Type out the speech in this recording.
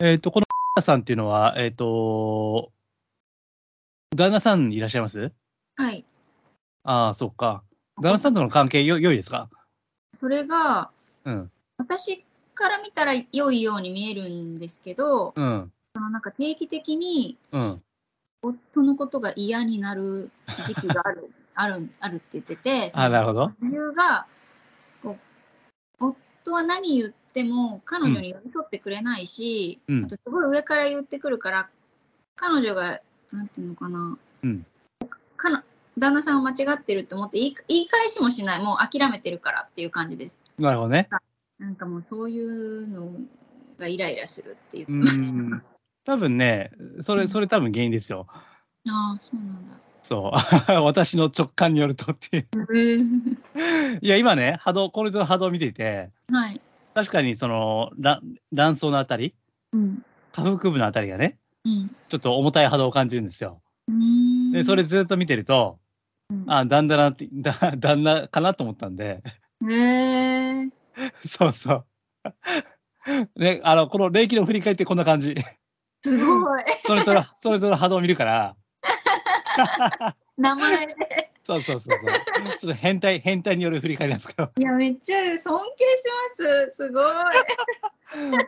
えっ、と、このさんっていうのは、えっ、と、旦那さんいらっしゃいますはい。ああ、そうか。旦那さんとの関係よ良いですかそれが、うん。私から見たら良いように見えるんですけど、うん。そのなんか定期的にうん。夫のことが嫌になる時期が ある、ある、あるって言ってて、そああ、のなるほど。理由が、こう夫は何言っても彼女に寄り添ってくれないし、うんあとすごい上から言ってくるから、彼女が、なんていうのかな、うんかの旦那さんを間違ってると思って言い言い返しもしない、もう諦めてるからっていう感じです。なるほどね。なんかもうそういうのがイライラするって言ってうました。ん。多分ね、それ、それ多分原因ですよ。ああ、そうなんだ。そう。 私の直感によるとっていう。へえいや、今ね、波動、これの波動を見ていて、はい。確かにその、ら卵巣のあたり、うん。下腹部のあたりがね、うん。ちょっと重たい波動を感じるんですよ。うーんで、それ、ずっと見てると、あ、旦那なって、 だ旦那かなと思ったんで、へえ そうそう。ね、あの、この霊気の振り返ってこんな感じ。 す ごい。それぞれ、それぞれ波動を見るから、名前で。そうそうそうそう。ちょっと変態、変態による振り返りなんですけど。いや、めっちゃ尊敬します。すごい。